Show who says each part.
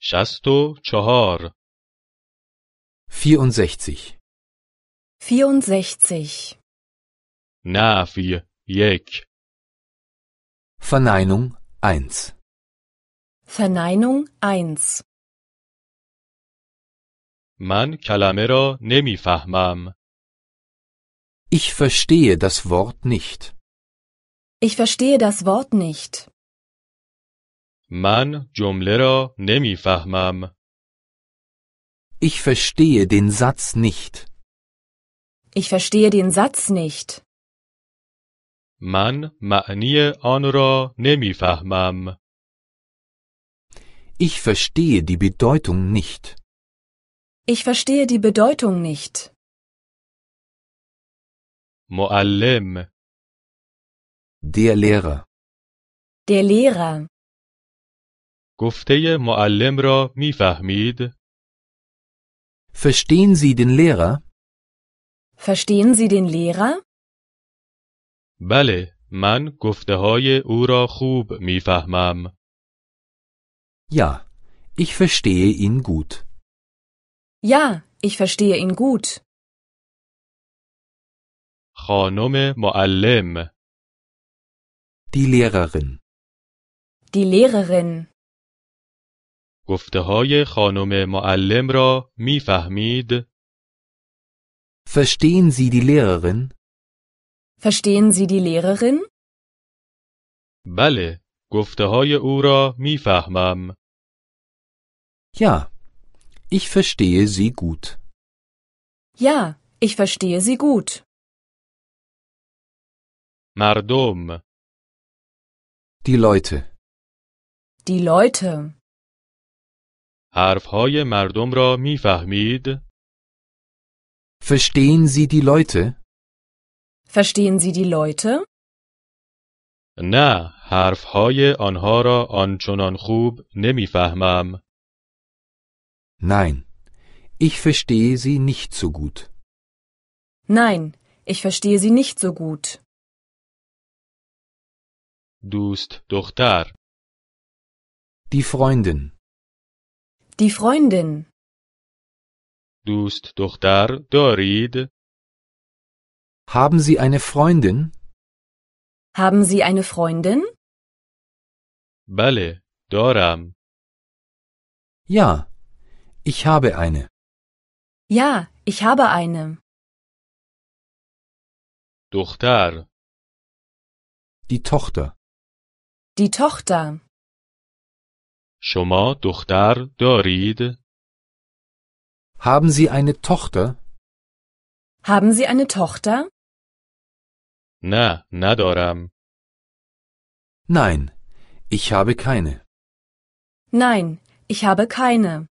Speaker 1: شست و چهار
Speaker 2: 64.
Speaker 3: 64.
Speaker 1: نفی یک
Speaker 2: Verneinung 1.
Speaker 3: Verneinung 1.
Speaker 1: من کلمه را نمیفهمم.
Speaker 2: Ich verstehe das Wort nicht.
Speaker 3: Ich verstehe das Wort nicht.
Speaker 1: من جمله را نمیفهمم.
Speaker 2: Ich verstehe den Satz nicht.
Speaker 3: Ich verstehe den Satz nicht.
Speaker 1: من معنی آن را نمیفهمم.
Speaker 2: Ich verstehe die Bedeutung nicht.
Speaker 3: Ich verstehe die Bedeutung nicht.
Speaker 1: معلم
Speaker 2: Der Lehrer.
Speaker 3: Der Lehrer.
Speaker 1: گفته معلم را میفهمید؟
Speaker 2: Verstehen Sie den Lehrer?
Speaker 3: Verstehen Sie den Lehrer?
Speaker 1: بله من گفته های او را خوب میفهمم.
Speaker 2: Ja, ich verstehe ihn gut.
Speaker 3: Ja, ich verstehe ihn gut.
Speaker 1: خانم معلم
Speaker 2: Die Lehrerin.
Speaker 3: Die Lehrerin.
Speaker 1: گفته های خانم معلم را میفهمید؟
Speaker 2: Verstehen Sie die Lehrerin?
Speaker 3: Verstehen Sie die Lehrerin?
Speaker 1: بله گفته های او را میفهمم.
Speaker 2: Ja, ich verstehe sie gut.
Speaker 3: Ja, ich verstehe sie gut.
Speaker 1: مردم
Speaker 2: Die Leute.
Speaker 3: Die Leute.
Speaker 1: حرفهای مردم را میفهمید؟
Speaker 2: Verstehen Sie die Leute?
Speaker 3: Verstehen Sie die Leute?
Speaker 1: نه حرفهای آنها را آنچنان خوب نمیفهمم.
Speaker 2: Nein, ich verstehe sie nicht so gut.
Speaker 3: Nein, ich verstehe sie nicht so gut.
Speaker 1: دوست دختر
Speaker 2: Die Freundin.
Speaker 3: Die Freundin.
Speaker 1: دوست دختر دارید؟
Speaker 2: Haben Sie eine Freundin?
Speaker 3: Haben Sie eine Freundin?
Speaker 1: بله دارم.
Speaker 2: Ja, ich habe eine.
Speaker 3: Ja, ich habe eine.
Speaker 1: دختر
Speaker 2: Die Tochter.
Speaker 3: Die Tochter.
Speaker 1: شما دختر دارید؟
Speaker 2: Haben Sie eine Tochter?
Speaker 3: Haben Sie eine Tochter?
Speaker 1: نه ندارم.
Speaker 2: Nein, ich habe keine.
Speaker 3: Nein, ich habe keine.